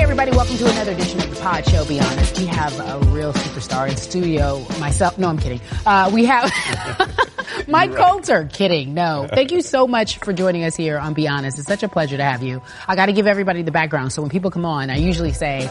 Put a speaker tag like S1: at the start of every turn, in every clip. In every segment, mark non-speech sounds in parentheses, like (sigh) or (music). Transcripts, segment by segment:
S1: everybody. Welcome to another edition of the Pod Show. Be honest, we have a real superstar in studio. Myself, no, I'm kidding. Uh, we have (laughs) Mike Coulter. Kidding, no. Thank you so much for joining us here on Be Honest. It's such a pleasure to have you. I got to give everybody the background. So when people come on, I usually say,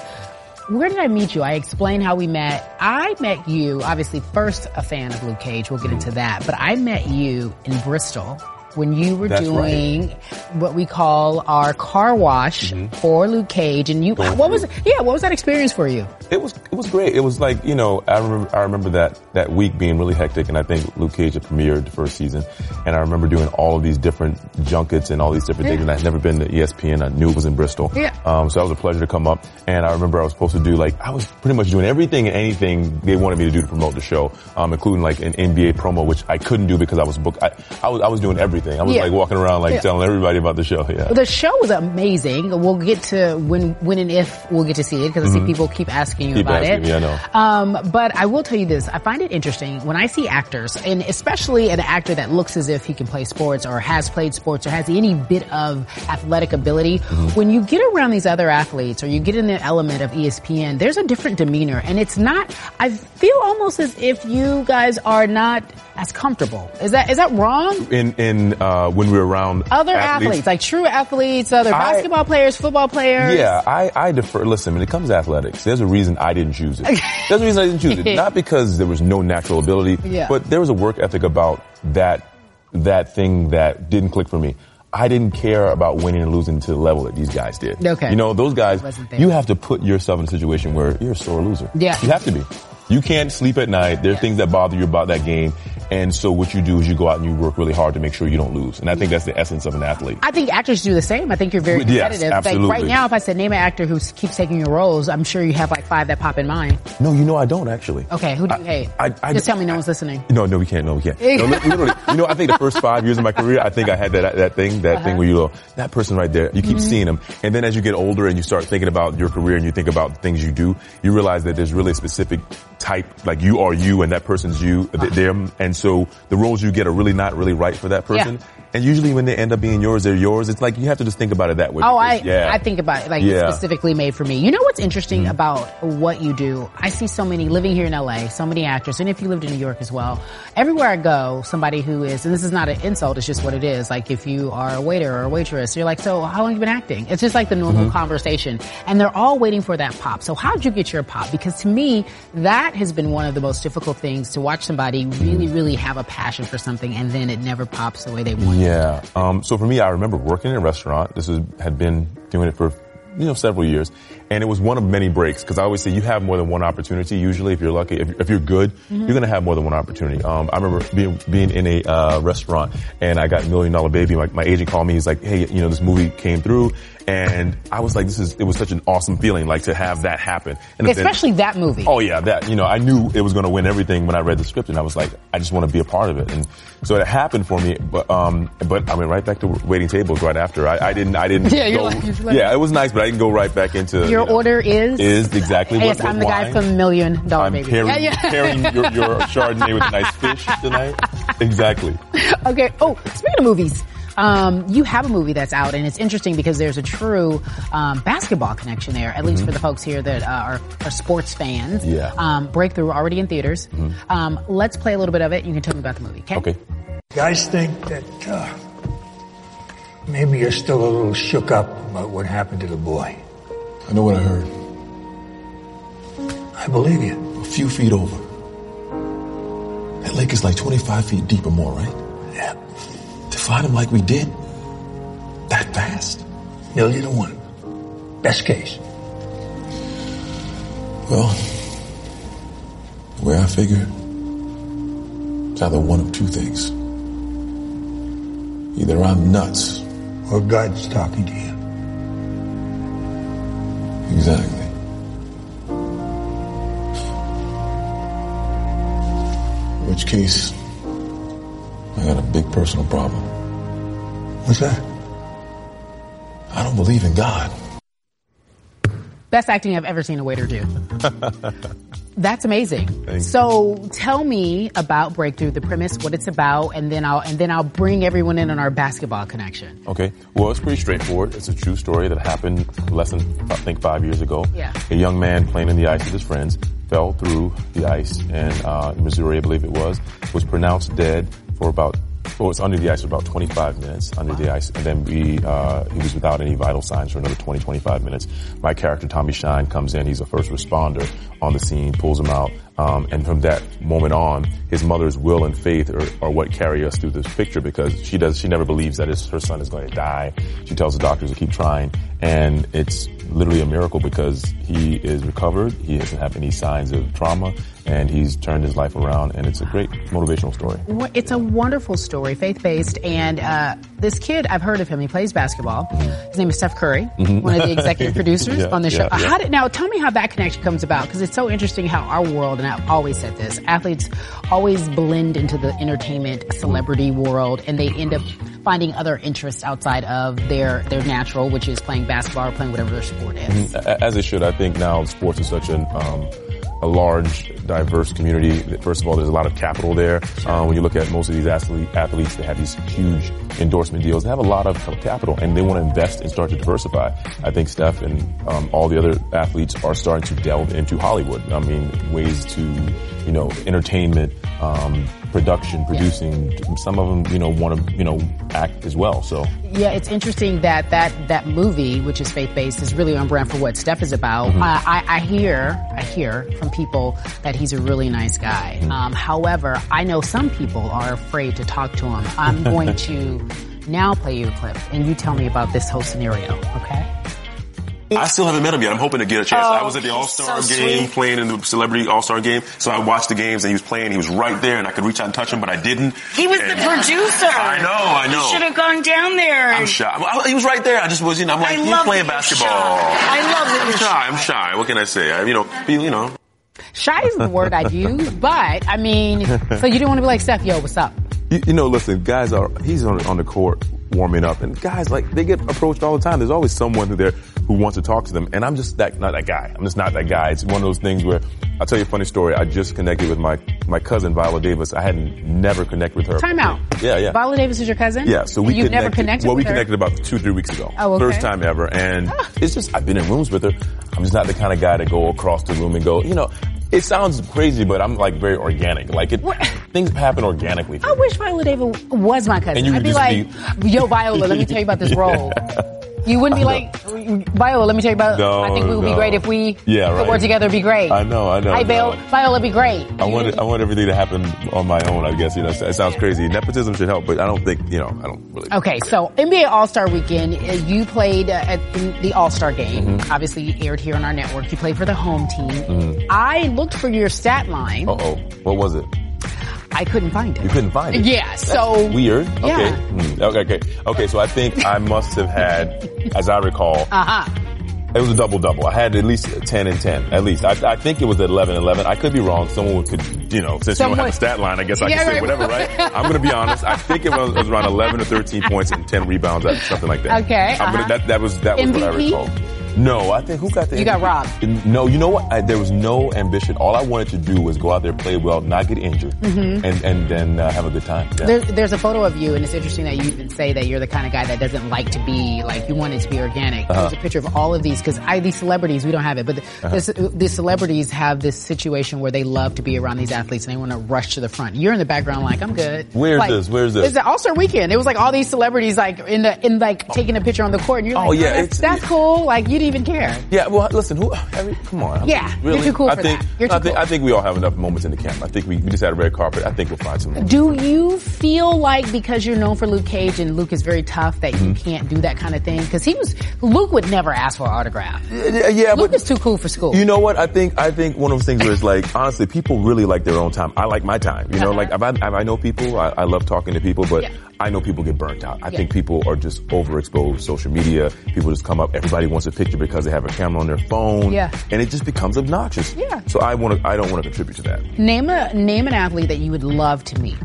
S1: where did I meet you? I explain how we met. I met you, obviously, first a fan of Luke Cage. We'll get into that. But I met you in Bristol when you were
S2: That's
S1: doing what we call our car wash
S2: Mm-hmm.
S1: for Luke Cage. And you,
S2: Going
S1: what was,
S2: through.
S1: yeah, what was that experience for you?
S2: It was it was great. It was like you know I remember, I remember that that week being really hectic, and I think Luke Cage had premiered the first season, and I remember doing all of these different junkets and all these different things.
S1: Yeah.
S2: And I'd never been to E ESPN. I knew it was in Bristol,
S1: Yeah.
S2: Um, so that was a pleasure to come up. And I remember I was supposed to do like I was pretty much doing everything and anything they wanted me to do to promote the show, um, including like an NBA promo, which I couldn't do because I was booked. I, I was I was doing everything. I was
S1: Yeah.
S2: like walking around like
S1: Yeah.
S2: telling everybody about the show. Yeah.
S1: The show was amazing. We'll get to when, when and if we'll get to see it because I see people keep asking you
S2: Mm-hmm. Keep
S1: about it.
S2: asking me, I know.
S1: Um, but I will tell you this: I find it interesting when I see actors, and especially an actor that looks as if he can play sports or has played sports or has any bit of athletic ability. When you get around these other athletes or you get in the element of E ESPN, there's a different demeanor, and it's not. I feel almost as if you guys are not as comfortable. Is that is that wrong?
S2: In in uh, when we were around
S1: Other athletes, like true athletes, other
S2: I-
S1: basketball players, football players.
S2: Yeah, I, I defer. Listen, when it comes to athletics, there's a reason I didn't
S1: (laughs)
S2: choose it. There's a reason I didn't choose it. Not because there was no natural ability,
S1: Yeah.
S2: but there was a work ethic about that, that thing that didn't click for me. I didn't care about winning and losing to the level that these guys did.
S1: Okay.
S2: You know, those guys,
S1: Wasn't there.
S2: you have to put yourself in a situation where you're a sore loser.
S1: Yeah.
S2: You have to be. You can't sleep at night. There are things that bother you about that game. And so what you do is you go out and you work really hard to make sure you don't lose. And I think that's the essence of an athlete.
S1: I think actors do the same. I think you're very
S2: Yes,
S1: competitive.
S2: absolutely.
S1: Like right now, if I said name an actor who s- keeps taking your roles, I'm sure you have like five that pop in mind.
S2: No, you know I don't actually.
S1: Okay, who do you
S2: I-
S1: hate?
S2: I- I-
S1: Just tell me no one's listening.
S2: (laughs) No, no, we can't. No, we can't. No, li- literally, you know, I think the first five years of my career, I think I had that that thing, that
S1: Uh-huh.
S2: thing where you go, that person right there. You keep
S1: Mm-hmm.
S2: seeing them, and then as you get older and you start thinking about your career and you think about the things you do, you realize that there's really a specific type. Like you are you, and that person's you,
S1: Uh-huh.
S2: th- them, and so the roles you get are really not really right for that person. And usually, when they end up being yours, they're yours. It's like you have to just think about it that way.
S1: Oh, I
S2: because- yeah.
S1: I think about it, like
S2: Yeah. Mm-hmm.
S1: specifically made for me. You know what's interesting about what you do? I see so many living here in LA, so many actors, and if you lived in New York as well. Everywhere I go, somebody who is, and this is not an insult, it's just what it is. Like if you are a waiter or a waitress, you're like, so how long you been acting? It's just like the normal
S2: Mm-hmm.
S1: conversation, and they're all waiting for that pop. So how'd you get your pop? Because to me, that has been one of the most difficult things to watch somebody
S2: Mm-hmm.
S1: really, really have a passion for something, and then it never pops the way they want.
S2: Yeah. Um, so for me, I remember working in a restaurant. This is, had been doing it for, you know, several years. And it was one of many breaks because I always say you have more than one opportunity. Usually, if you're lucky, if, if you're good, you're going to have more than one opportunity. Um, I remember being, being in a, uh, restaurant and I got Million Dollar Baby. My, my agent called me. He's like, Hey, you know, this movie came through. And I was like, this is, it was such an awesome feeling, like to have that happen. And then-
S1: Especially that movie.
S2: Oh yeah, that you know, I knew it was going to win everything when I read the script, and I was like, I just want to be a part of it, and so it happened for me. But um, but I went right back to waiting tables right after. I, I didn't, I
S1: (laughs)
S2: didn't.
S1: Yeah, you're
S2: go-
S1: like- you're like-
S2: yeah, it was nice, but I didn't go right back into
S1: Your
S2: you know,
S1: order is?
S2: is exactly what.
S1: Yes,
S2: what
S1: I'm the guy
S2: wine.
S1: from Million Dollar
S2: I'm
S1: Baby.
S2: pairing,
S1: Yeah, yeah.
S2: pairing
S1: (laughs)
S2: your, your Chardonnay with a nice fish tonight. Exactly.
S1: okay. Oh, speaking of movies, um, you have a movie that's out, and it's interesting because there's a true um, basketball connection there, at least for the folks here that uh, are, are sports fans.
S2: Mm-hmm. Yeah. Mm-hmm.
S1: Um, Breakthrough already in theaters. Um, let's play a little bit of it. You can tell me about the movie. Okay.
S2: Okay.
S3: Guys think that uh, maybe you're still a little shook up about what happened to the boy.
S4: I know what I heard.
S3: I believe you.
S4: A few feet over. That lake is like 25 feet deep or more, right?
S3: Yeah,
S4: To find him like we did, that fast?
S3: million to one. Best case.
S4: Well, the way I figure, it's either one of two things. Either I'm nuts.
S3: Or God's talking to you.
S4: Exactly. In which case, I got a big personal problem.
S3: What's that?
S4: I don't believe in God.
S2: (laughs)
S1: Best acting I've ever seen a waiter do. That's amazing.
S2: you.
S1: so tell me about Breakthrough, the premise, what it's about, and then I'll and then I'll bring everyone in on our basketball connection.
S2: Okay. Well, it's pretty straightforward. It's a true story that happened less than, I think, five years ago.
S1: Yeah.
S2: A young man playing in the ice with his friends fell through the ice in uh, Missouri, I believe it was, was pronounced dead for about, well, it's under the ice for about 25 minutes under the ice. And then we, uh, he was without any vital signs for another 20, 25 minutes. My character, Tommy Shine, comes in. He's a first responder on the scene, pulls him out. Um, and from that moment on, his mother's will and faith are, are what carry us through this picture because she does, she never believes that his, her son is going to die. She tells the doctors to keep trying. And it's literally a miracle because he is recovered. He doesn't have any signs of trauma and he's turned his life around. And it's a great motivational story.
S1: Wha- It's a wonderful story, faith based, and uh, this kid I've heard of him. He plays basketball. His name is Steph Curry, one of the
S2: (laughs)
S1: executive producers
S2: Mm-hmm. Yeah,
S1: on the show.
S2: yeah, yeah.
S1: How did now? Tell me how that connection comes about because it's so interesting how our world and I've always said this: athletes always blend into the entertainment celebrity world, and they end up finding other interests outside of their their natural, which is playing basketball or playing whatever their sport is.
S2: A- as it should. I think now sports is such an um, a large, diverse community. that, First of all, there's a lot of capital there. Uh, when you look at most of these athlete, athletes, they have these huge endorsement deals. They have a lot of capital, and they want to invest and start to diversify. I think Steph and um, all the other athletes are starting to delve into Hollywood. I mean, ways to, you know, entertainment, um, production, producing. Some of them, you know, want to, you know, act as well. So.
S1: Yeah, it's interesting that that that movie, which is faith based, is really on brand for what Steph is about.
S2: Mm-hmm.
S1: I, I, I hear I hear from people that he's a really nice guy.
S2: Mm-hmm.
S1: Um, however, I know some people are afraid to talk to him. I'm going to
S2: (laughs)
S1: now play you a clip, and you tell me about this whole scenario. Okay.
S5: I still haven't met him yet. I'm hoping to get a chance.
S6: Oh,
S5: I was at the
S6: he's
S5: All Star
S6: so
S5: game,
S6: sweet.
S5: playing in the Celebrity All Star game, so I watched the games and he was playing. He was right there, and I could reach out and touch him, but I didn't.
S6: He was the
S5: And
S6: producer.
S5: I know, I know.
S6: You should have gone down there.
S5: I'm shy. Well, I- He was right there. I just was, you know, I'm
S6: I
S5: like, he's
S6: love
S5: playing
S6: that you're
S5: basketball.
S6: shy. I love that
S5: I'm
S6: you're
S5: shy. I'm shy. What can I say? I, you know, you, you know.
S1: Shy is the word I'd
S2: (laughs)
S1: use, but I mean, so you didn't want to be like Steph. Yo, what's up?
S2: You, you know, listen, guys are, he's on, on the court warming up and guys like, they get approached all the time. There's always someone who there who wants to talk to them. And I'm just that, not that guy. I'm just not that guy. It's one of those things where I'll tell you a funny story. I just connected with my, my cousin, Viola Davis. I hadn't never connected with her.
S1: Time out.
S2: Yeah, yeah.
S1: Viola Davis is your cousin.
S2: Yeah, so we
S1: you've
S2: connected,
S1: never connected.
S2: Well,
S1: with
S2: we
S1: her?
S2: connected about two, three weeks ago.
S1: Oh, okay. Ah.
S2: First time ever, and it's just I've been in rooms with her. I'm just not the kind of guy to go across the room and go, you know. It sounds crazy, but I'm like very organic. Like it,
S1: What? Oh,
S2: things happen organically. for
S1: I wish Viola Davis was my cousin.
S2: And you
S1: I'd
S2: would
S1: be
S2: just
S1: like, yo, Viola, let me tell you about this
S2: (laughs)
S1: role. You wouldn't be like, Viola, let me tell you about,
S2: No,
S1: I think we would be
S2: no.
S1: great if we
S2: Yeah,
S1: could
S2: right.
S1: work together, it'd be great.
S2: I know, I know,
S1: Hi, Bill.
S2: no.
S1: Viola, it'd be great.
S2: I want I want everything to happen on my own. I guess you know it sounds crazy. Nepotism should help, but I don't think you know. I don't really.
S1: Okay, so NBA All Star Weekend, uh, you played uh, at in the All Star game.
S2: Mm-hmm.
S1: Obviously, you aired here on our network. You played for the home team. I looked for your stat line.
S2: Uh Mm-hmm. oh, what was it?
S1: I couldn't find it.
S2: You couldn't find it.
S1: Yeah,
S2: That's
S1: so-
S2: weird.
S1: Yeah.
S2: Okay. Hmm. Okay. Okay. Okay. So I think I must have had, as I recall,
S1: Uh huh.
S2: It was a double double. I had at least ten and ten, at least. I, I think it was at 11 11. I could be wrong. Someone could, you know, since you don't
S1: Someone-
S2: have a stat line, I guess I
S1: Yeah,
S2: can say
S1: right.
S2: whatever, right? I'm gonna be honest. I think it was, it was around eleven or thirteen points and ten rebounds, or something like that.
S1: Okay,
S2: I'm
S1: uh-huh.
S2: gonna, that, that was that was what I
S1: MVP?
S2: recall. No, I think who got the
S1: You got robbed.
S2: No, you know what? I, there was no ambition. All I wanted to do was go out there, play well, not get injured, and and then uh, have a good time. Yeah.
S1: There, Mm-hmm. there's a photo of you, and it's interesting that you even say that you're the kind of guy that doesn't like to be like you want it to be organic.
S2: Uh-huh.
S1: There's a picture of all of these because I these celebrities we don't have it, but the, this, these celebrities have this situation where they love to be around these athletes and they want to rush to the front. You're in the background like I'm good.
S2: Where's
S1: Like,
S2: this? Where's this?
S1: It's the All Star Weekend. It was like all these celebrities like in the in like taking a picture on the court, and you're like,
S2: Oh, yeah,
S1: that's,
S2: it's-
S1: that's cool. Like you didn't even care.
S2: Yeah, well, listen, who, I mean, come on.
S1: Yeah, you're too cool
S2: I
S1: for
S2: think,
S1: that. You're too
S2: I think,
S1: cool.
S2: I think we all have enough moments in the camp. I think we, we just had a red carpet. I think we'll find some.
S1: Do you feel like because you're known for Luke Cage and Luke is very tough that you
S2: Mm-hmm.
S1: can't do that kind of thing? Because he was Luke would never ask for an autograph.
S2: Yeah, yeah,
S1: Luke
S2: but
S1: is too cool for school.
S2: you know what? I think, I think one of those things where it's like, honestly, people really like their own time. I like my time. You know, like, if I, if I know people, I, I love talking to people, but
S1: Uh-huh. Yeah.
S2: I know people get burnt out. I
S1: Yeah.
S2: think people are just overexposed. Social media, people just come up, everybody wants a picture because they have a camera on their phone.
S1: Yeah.
S2: And it just becomes obnoxious.
S1: Yeah.
S2: So I want to, I don't want to contribute to that.
S1: name a name an athlete that you would love to meet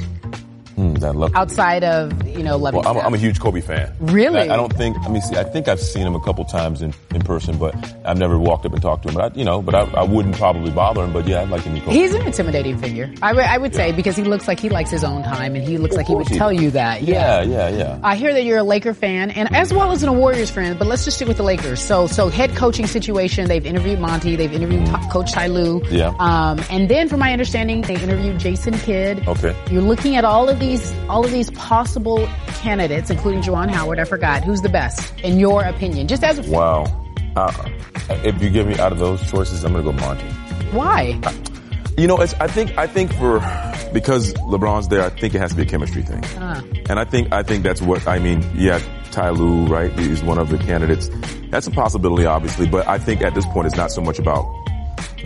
S2: Hmm, I love
S1: outside of you know, loving
S2: Well, I'm a,
S1: stuff.
S2: I'm a huge Kobe fan.
S1: Really?
S2: I, I don't think. Let me see. I think I've seen him a couple times in, in person, but I've never walked up and talked to him. But I, you know, but I, I wouldn't probably bother him. But yeah, I'd like to meet Kobe.
S1: He's an intimidating figure. I would- I would say because he looks like he likes his own time, and he looks like he would
S2: course he
S1: tell
S2: does.
S1: you that.
S2: yeah, yeah, yeah.
S1: I hear that you're a Laker fan, and as well as a Warriors fan. But let's just stick with the Lakers. So, so head coaching situation. They've interviewed Monty. They've interviewed Co- Coach Ty Lue.
S2: Yeah.
S1: Um, and then, from my understanding, they interviewed Jason Kidd.
S2: Okay.
S1: You're looking at all of these, all of these possible candidates, including Juwan Howard. I forgot who's the best in your opinion. Just as
S2: wow. Uh, if you give me out of those choices, I'm gonna go Monty.
S1: why?
S2: You know, it's, I think I think for because LeBron's there, I think it has to be a chemistry thing,
S1: Uh.
S2: and I think I think that's what I mean. Yeah, Ty Lue, right? He's one of the candidates. That's a possibility, obviously, but I think at this point, it's not so much about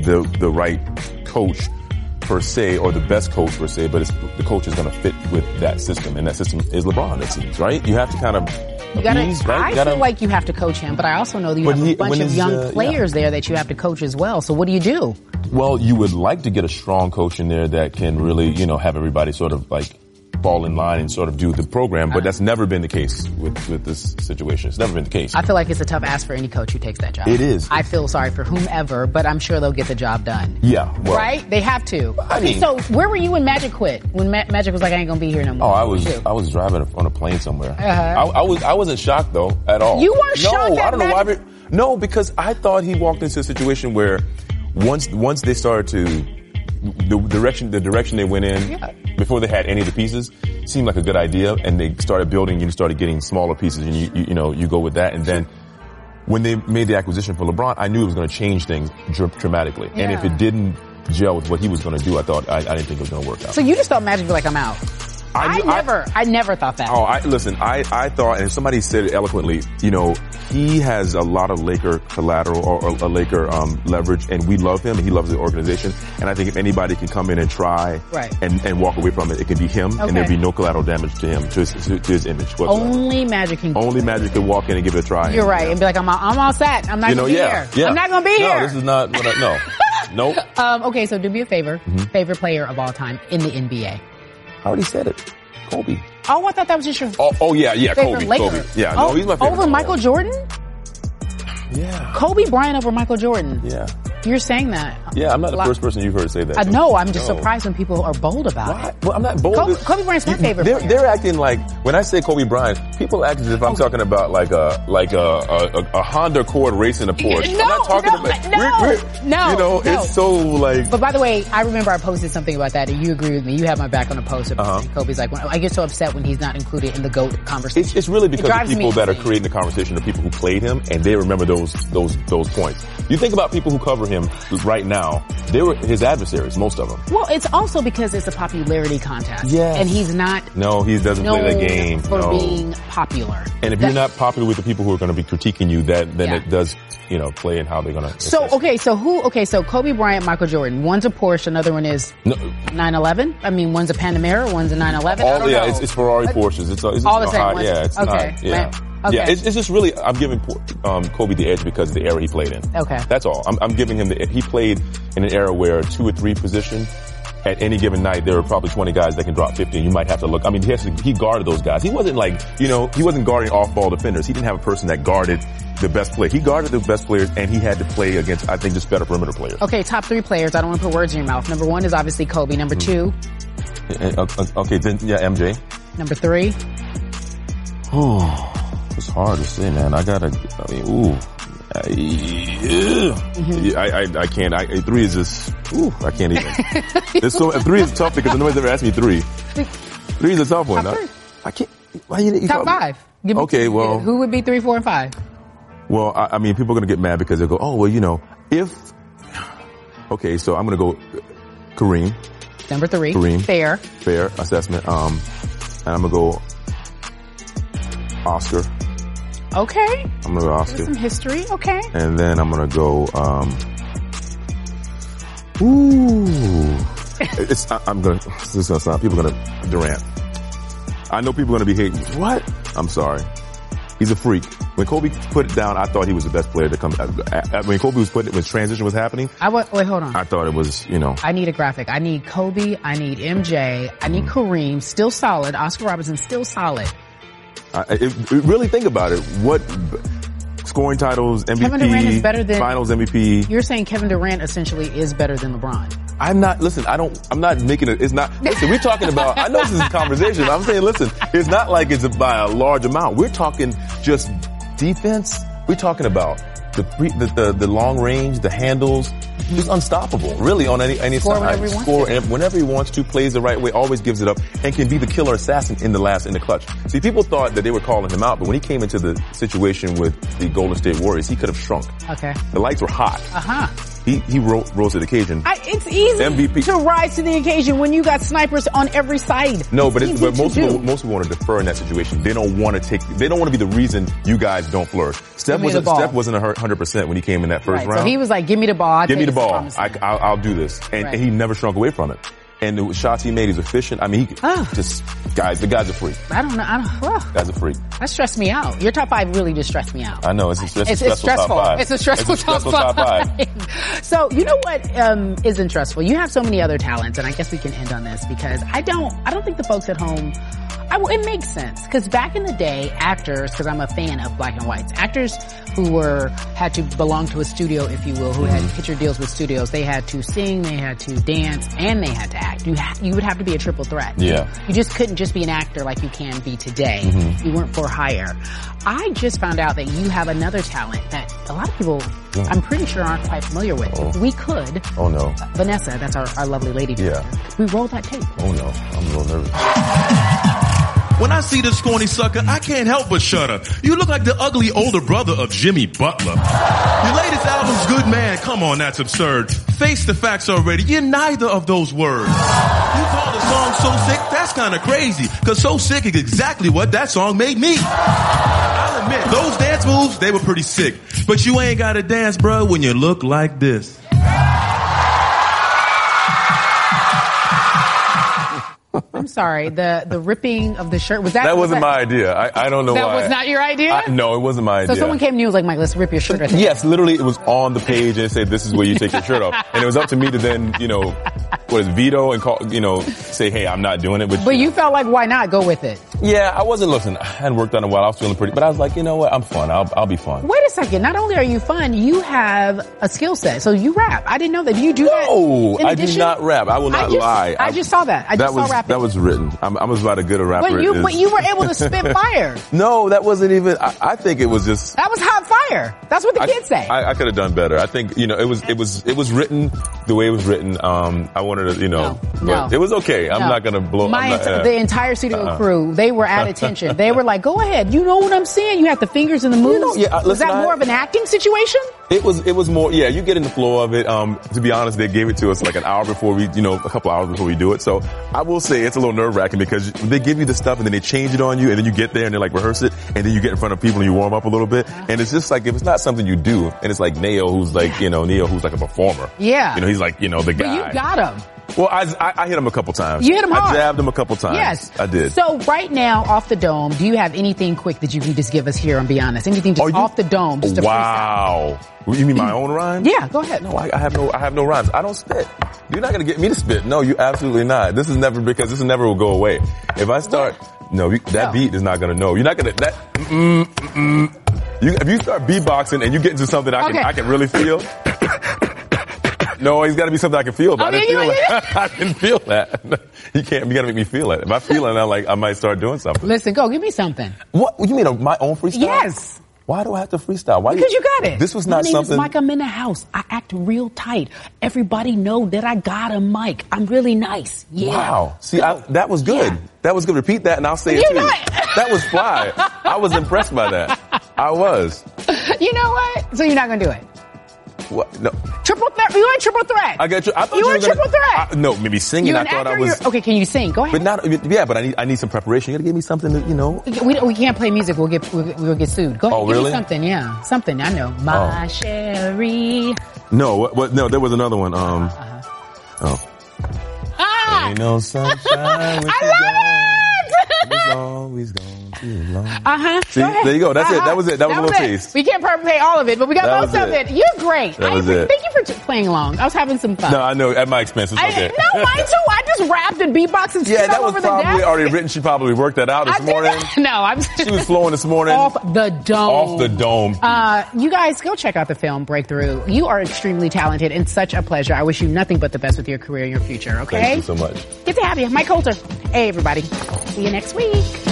S2: the the right coach per se or the best coach per se, but it's the coach is going to fit with that system, and that system is LeBron. It seems right. You have to kind of
S1: You gotta,
S2: appease, right?
S1: I
S2: You gotta-
S1: feel like you have to coach him, but I also know that you
S2: But
S1: have
S2: he-
S1: a bunch
S2: when
S1: of
S2: is,
S1: young
S2: uh, yeah.
S1: players there that you have to coach as well. So what do you do?
S2: Well, you would like to get a strong coach in there that can really, you know, have everybody sort of like fall in line and sort of do the program, but that's never been the case with, with this situation. It's never been the case.
S1: I feel like it's a tough ask for any coach who takes that job.
S2: It is.
S1: I feel sorry for whomever, but I'm sure they'll get the job done.
S2: yeah. Well,
S1: Right? They have to.
S2: I
S1: Okay,
S2: mean-
S1: so where were you when Magic quit? When Ma- Magic was like, I ain't gonna be here no more.
S2: Oh, I was
S1: You.
S2: I was driving on a plane somewhere.
S1: Uh-huh.
S2: I, I was I wasn't shocked though at all.
S1: You weren't
S2: no,
S1: shocked
S2: I
S1: at
S2: don't know why.
S1: Magic?
S2: every- No, because I thought he walked into a situation where once once they started to the direction the direction they went in
S1: Yeah.
S2: before they had any of the pieces seemed like a good idea, and they started building. You started getting smaller pieces, and you you, you know you go with that, and then. When they made the acquisition for LeBron, I knew it was going to change things dr- dramatically. And if
S1: Yeah.
S2: it didn't gel with what he was going to do, I thought I, I didn't think it was going to work out.
S1: So you just thought Magic was like, I'm out. I,
S2: knew-
S1: never, I, never thought that.
S2: Oh, I listen. I I thought, and somebody said it eloquently. You know, he has a lot of Laker collateral or, or a Laker um, leverage, and we love him, and he loves the organization. And I think if anybody can come in and try,
S1: Right.
S2: and and walk away from it, it can be him, and there'd
S1: Okay.
S2: be no collateral damage to him, to his, to, to his image. Whatsoever.
S1: Only Magic can.
S2: Only Magic could walk in and give it a try.
S1: You're right, and be like, I'm, all- I'm all set. I'm not
S2: You know,
S1: gonna be
S2: yeah,
S1: here.
S2: yeah.
S1: I'm not gonna be
S2: no,
S1: here.
S2: this is not. What I, no,
S1: (laughs)
S2: nope.
S1: um, okay, so do me a favor.
S2: Mm-hmm.
S1: Favorite player of all time in the NBA.
S2: I already said it. Kobe.
S1: Oh, I thought that was just your
S2: Oh, oh yeah, yeah.
S1: favorite
S2: Kobe.
S1: Laker.
S2: Kobe. Yeah.
S1: Oh,
S2: no, he's my favorite.
S1: Over Michael Jordan?
S2: Yeah.
S1: Kobe Bryant over Michael Jordan.
S2: Yeah.
S1: You're saying that.
S2: Yeah. I'm not the
S1: Lot-
S2: first person you've heard say that.
S1: I know. I'm just
S2: No.
S1: surprised when people are bold about
S2: Why?
S1: it.
S2: Well, I'm not bold.
S1: Kobe- Kobe Bryant's my
S2: You-
S1: favorite
S2: They're,
S1: player. Oh.
S2: they're acting like when I say Kobe Bryant, people act as if I'm talking about like a like a a, a, a Honda Accord racing a Porsche.
S1: No,
S2: I'm not talking
S1: no,
S2: about
S1: no, no,
S2: You know,
S1: no.
S2: it's so like
S1: But by the way, I remember I posted something about that, and you agree with me. You have my back on a post about
S2: Uh-huh.
S1: saying Kobe's like, when, I get so upset when he's not included in the GOAT conversation.
S2: it's, it's really because
S1: drives
S2: the
S1: me
S2: people that are
S1: insane.
S2: creating the conversation are people who played him and they remember those those those points. You think about people who cover him right now; they were his adversaries, most of them.
S1: well, it's also because it's a popularity contest.
S2: Yes.
S1: And he's not
S2: No, he doesn't play
S1: known
S2: that game.
S1: for
S2: no.
S1: being popular.
S2: and if
S1: That-
S2: you're not popular with the people who are going to be critiquing you, that then
S1: Yeah.
S2: it does, you know, play in how they're going to.
S1: So, okay, so who, okay, so Kobe Bryant, Michael Jordan. One's a Porsche, another one is
S2: No,
S1: 911. I mean, one's a Panamera, one's a 911. I
S2: All,
S1: don't
S2: yeah,
S1: know.
S2: it's, it's Ferrari Porsches. It's, it's
S1: All the
S2: not
S1: same
S2: high-
S1: ones.
S2: Yeah, it's
S1: Okay.
S2: not. Yeah.
S1: Right.
S2: Yeah,
S1: Okay.
S2: it's, it's just really, I'm giving um, Kobe the edge because of the era he played in.
S1: Okay.
S2: That's all. I'm, I'm giving him the, he played in an era where two or three position, at any given night, there are probably 20 guys that can drop 50 and you might have to look. I mean, he, has to, he guarded those guys. He wasn't like, you know, he wasn't guarding off-ball defenders. He didn't have a person that guarded the best player. He guarded the best players and he had to play against, I think, just better perimeter players.
S1: Okay, top three players. I don't want to put words in your mouth. Number one is obviously Kobe. Number two,
S2: Uh, uh, Okay, then, yeah, MJ.
S1: number three.
S2: Ooh, it's hard to say, man. I gotta. I mean, ooh, I, yeah.
S1: Mm-hmm.
S2: I, I, I can't. I, three is just. Ooh, I
S1: (laughs)
S2: can't even. There's so three is tough because nobody's ever asked me three. Three is a tough one.
S1: Top
S2: I,
S1: three.
S2: I can't. Why you, you
S1: Top
S2: call me-
S1: five. Give me-
S2: Okay, well-
S1: Who would be three, four, and five?
S2: Well, I, I mean, people are gonna get mad because they'll go, oh, well, you know, if. Okay, so I'm gonna go Kareem.
S1: Number three.
S2: Kareem.
S1: Fair.
S2: Fair assessment. Um, and I'm gonna go Oscar.
S1: Okay.
S2: I'm gonna go Oscar.
S1: There's some history. Okay.
S2: and then I'm gonna go. Um, ooh, it's I, I'm gonna. This is gonna sound. People are gonna Durant. I know people are gonna be hating. What? I'm sorry. He's a freak. When Kobe put it down, I thought he was the best player to come. I, I, when Kobe was putting it, when transition was happening,
S1: I wa- wait, hold on.
S2: I thought it was, you know,
S1: I need a graphic. I need Kobe. I need MJ. I need Kareem. Still solid. Oscar Robertson still solid.
S2: I, it, it- really think about it. What scoring titles, MVP,
S1: Kevin Durant is better than-
S2: Finals MVP.
S1: You're saying Kevin Durant essentially is better than LeBron.
S2: I'm not. Listen, I don't. I'm not making it. It's not. Listen, we're talking about. I know this is a conversation. but I'm saying, listen, it's not like it's by a large amount. We're talking just defense. We're talking about the pre, the, the the long range, the handles. He's unstoppable, really, on any any
S1: Mm-hmm. Score whenever
S2: side.
S1: he wants
S2: Score and whenever he wants to, plays the right way, always gives it up, and can be the killer assassin in the last in the clutch. See, people thought that they were calling him out, but when he came into the situation with the Golden State Warriors, he could have shrunk.
S1: Okay.
S2: The lights were hot.
S1: Uh huh.
S2: He he ro- rose to the occasion.
S1: I, it's easy
S2: MVP.
S1: to rise to the occasion when you got snipers on every side.
S2: No, but, it's,
S1: easy
S2: but
S1: to
S2: most
S1: do.
S2: people most people want to defer in that situation. They don't want to take. They don't want to be the reason you guys don't flourish. Steph
S1: me
S2: wasn't
S1: the ball.
S2: Steph wasn't hundred percent when he came in that first
S1: Right,
S2: round.
S1: So he was like, "Give me the ball. I'll
S2: Give me
S1: take
S2: the
S1: it, I
S2: ball.
S1: promise
S2: I,
S1: you."
S2: will I'll do this, and,
S1: Right.
S2: and he never shrunk away from it. And the shots he made is efficient. I mean, he
S1: Ah.
S2: just guys. The guy's a freak.
S1: I don't know. I don't, ugh,
S2: Guy's a freak.
S1: that stressed me out. Your top five really did stress me out.
S2: I know it's, it's, it's,
S1: It's,
S2: a
S1: it's
S2: stressful. top
S1: stressful.
S2: five.
S1: It's a stressful,
S2: It's a stressful
S1: top,
S2: five.
S1: five. (laughs) so you know what um, isn't stressful? You have so many other talents, and I guess we can end on this because I don't. I don't think the folks at home. I, it makes sense because back in the day, actors. Because I'm a fan of black and whites. Actors who were had to belong to a studio, if you will, who
S2: Mm-hmm.
S1: had picture deals with studios. They had to sing, they had to dance, and they had to act. You ha- you would have to be a triple threat.
S2: Yeah.
S1: You just couldn't just be an actor like you can be today.
S2: Mm-hmm.
S1: You weren't for hire. I just found out that you have another talent that a lot of people, I'm pretty sure, aren't quite familiar with. If we could,
S2: Oh no.
S1: Vanessa, that's our, our lovely lady.
S2: Yeah.
S1: We roll that tape.
S2: Oh no. I'm a little nervous.
S7: When I see this corny sucker, I can't help but shudder. You look like the ugly older brother of Jimmy Butler. Your latest album's Good Man. Come on, that's absurd. Face the facts already. You're neither of those words. You call the song so sick? That's kinda crazy. Cause so sick is exactly what that song made me. I'll admit, those dance moves, they were pretty sick. But you ain't gotta dance, bro, when you look like this.
S1: I'm sorry, the the ripping of the shirt was that.
S2: That wasn't
S1: was
S2: my idea. I, I don't know
S1: That
S2: why.
S1: was not your idea?
S2: I- no, it wasn't my
S1: So
S2: idea.
S1: someone came to you and was like, Mike, let's rip your
S2: (laughs)
S1: shirt. off."
S2: Yes, literally, it was on the page and it said, "This is where you take
S1: (laughs)
S2: your shirt off," and it was up to me to then, you know, what is it, veto and call, you know, say, "Hey, I'm not doing it." Which,
S1: But you felt like, why not go with it?
S2: yeah, I wasn't listening. I hadn't worked on it in a while. I was feeling pretty, but I was like, you know what? I'm fun. I'll, I'll be fun.
S1: Wait a second. Not only are you fun, you have a skill set. So you rap. I didn't know that. Do you do that?
S2: No,
S1: in
S2: I do
S1: addition?
S2: not rap. I will
S1: I
S2: not
S1: just-
S2: lie.
S1: I just saw that. I
S2: that
S1: just saw
S2: was
S1: rapping.
S2: that was written. I'm, I'm as about as good a rapper.
S1: But you,
S2: as-
S1: but you were able to
S2: (laughs)
S1: spit fire.
S2: No, that wasn't even. I, I think it was just.
S1: That was hot fire. That's what the
S2: I-
S1: kids say.
S2: I, I could have done better. I think you know it was it was it was written the way it was written. Um, I wanted to you know,
S1: No, no.
S2: but it was okay. I'm
S1: No.
S2: not gonna blow. I'm
S1: My
S2: not- uh,
S1: enti-
S2: yeah.
S1: the entire studio
S2: Uh-uh.
S1: crew. They were at attention. they were like, "Go ahead. You know what I'm saying. You have the fingers and the moves."
S2: know, yeah, I-
S1: was
S2: listen,
S1: that
S2: I-
S1: more of an acting situation?
S2: It was it was more yeah. You get in the flow of it. Um, to be honest, they gave it to us like an hour before we you know a couple hours before we do it. So I will say it's a little nerve wracking because they give you the stuff and then they change it on you and then you get there and they like rehearse it and then you get in front of people and you warm up a little bit
S1: Uh-huh.
S2: and it's just like if it's not something you do and it's like Neo who's like you know Neo who's like a performer.
S1: Yeah.
S2: You know he's like you know the
S1: But
S2: guy.
S1: you got them.
S2: Well, I, I, I hit him a couple times.
S1: You hit him hard.
S2: I jabbed him a couple times.
S1: Yes,
S2: I did.
S1: So right now, off the dome, do you have anything quick that you can just give us here on Be Honest? Anything just
S2: Are you-
S1: off the dome? Just to
S2: wow. You mean my own rhyme?
S1: freestyle? Yeah, go ahead.
S2: No, I, I have no, I have no rhymes. I don't spit. You're not gonna get me to spit. No, you absolutely not. This is never because this never will go away. If I start, no, you, that
S1: No.
S2: beat is not gonna know. You're not gonna that. Mm, mm, mm. You, if you start beatboxing and you get into something I can,
S1: Okay.
S2: I can
S1: (laughs)
S2: really feel. No, it's got to be something I can feel. But I
S1: Okay,
S2: didn't feel
S1: you-
S2: that. (laughs) I didn't feel that. (laughs) You can't. You got to make me feel it. If I feel it, I like. I might start doing something.
S1: Listen, go give me something.
S2: What you mean? A, my own freestyle?
S1: Yes.
S2: Why do I have to freestyle? Why do
S1: Because you got it.
S2: This was
S1: My
S2: not
S1: name
S2: something.
S1: Is Mike, I'm in the house. I act real tight. Everybody know that I got a mic. I'm really nice. Yeah.
S2: (laughs) Wow. See, I, that was good.
S1: Yeah.
S2: That was good. Repeat that, and I'll say it
S1: You're
S2: too.
S1: not-
S2: (laughs) That was fly. I was impressed by that. I was.
S1: (laughs) You know what? So you're not gonna do it.
S2: What? No,
S1: Triple threat. You ain't triple threat.
S2: I got you. I thought
S1: You
S2: you,
S1: were
S2: were gonna-
S1: triple threat.
S2: I- no, maybe singing.
S1: You're
S2: I
S1: an
S2: thought
S1: actor.
S2: I was.
S1: you're, okay, can you sing? Go
S2: But
S1: ahead.
S2: not. Yeah, but I need. I need some preparation. You gotta give me something. To, you know.
S1: we, we can't play music. We'll get we'll, we'll get sued. Go ahead.
S2: Oh,
S1: Give me
S2: really?
S1: something. Yeah, something. I know. My
S2: Oh.
S1: Sherry.
S2: No. What, what? No. There was another one. Um. Oh.
S1: Ah,
S2: Ain't no sunshine.
S1: I love
S2: It's always gone.
S1: Uh huh.
S2: See, there you go. That's it. That was it. That was a little taste.
S1: We can't play all of it, but we got
S2: That
S1: most
S2: was
S1: of
S2: it.
S1: it. You're great.
S2: That
S1: I
S2: was
S1: appre-
S2: it.
S1: Thank you for t- playing along. I was having some fun.
S2: No, I know. At my expense, it's
S1: I,
S2: okay.
S1: no, mine too. I just rapped and beatboxed and
S2: yeah,
S1: shit
S2: that
S1: all
S2: was
S1: over the
S2: probably
S1: desk.
S2: already written. She probably worked that out
S1: I
S2: this
S1: did
S2: morning.
S1: that- (laughs) No, I'm.
S2: She was flowing this morning.
S1: off the dome.
S2: Off the dome.
S1: Uh, you guys go check out the film Breakthrough. You are extremely talented and such a pleasure. I wish you nothing but the best with your career and your future. Okay.
S2: Thank you so much.
S1: Good to have you, Mike Coulter. Hey, everybody. See you next week.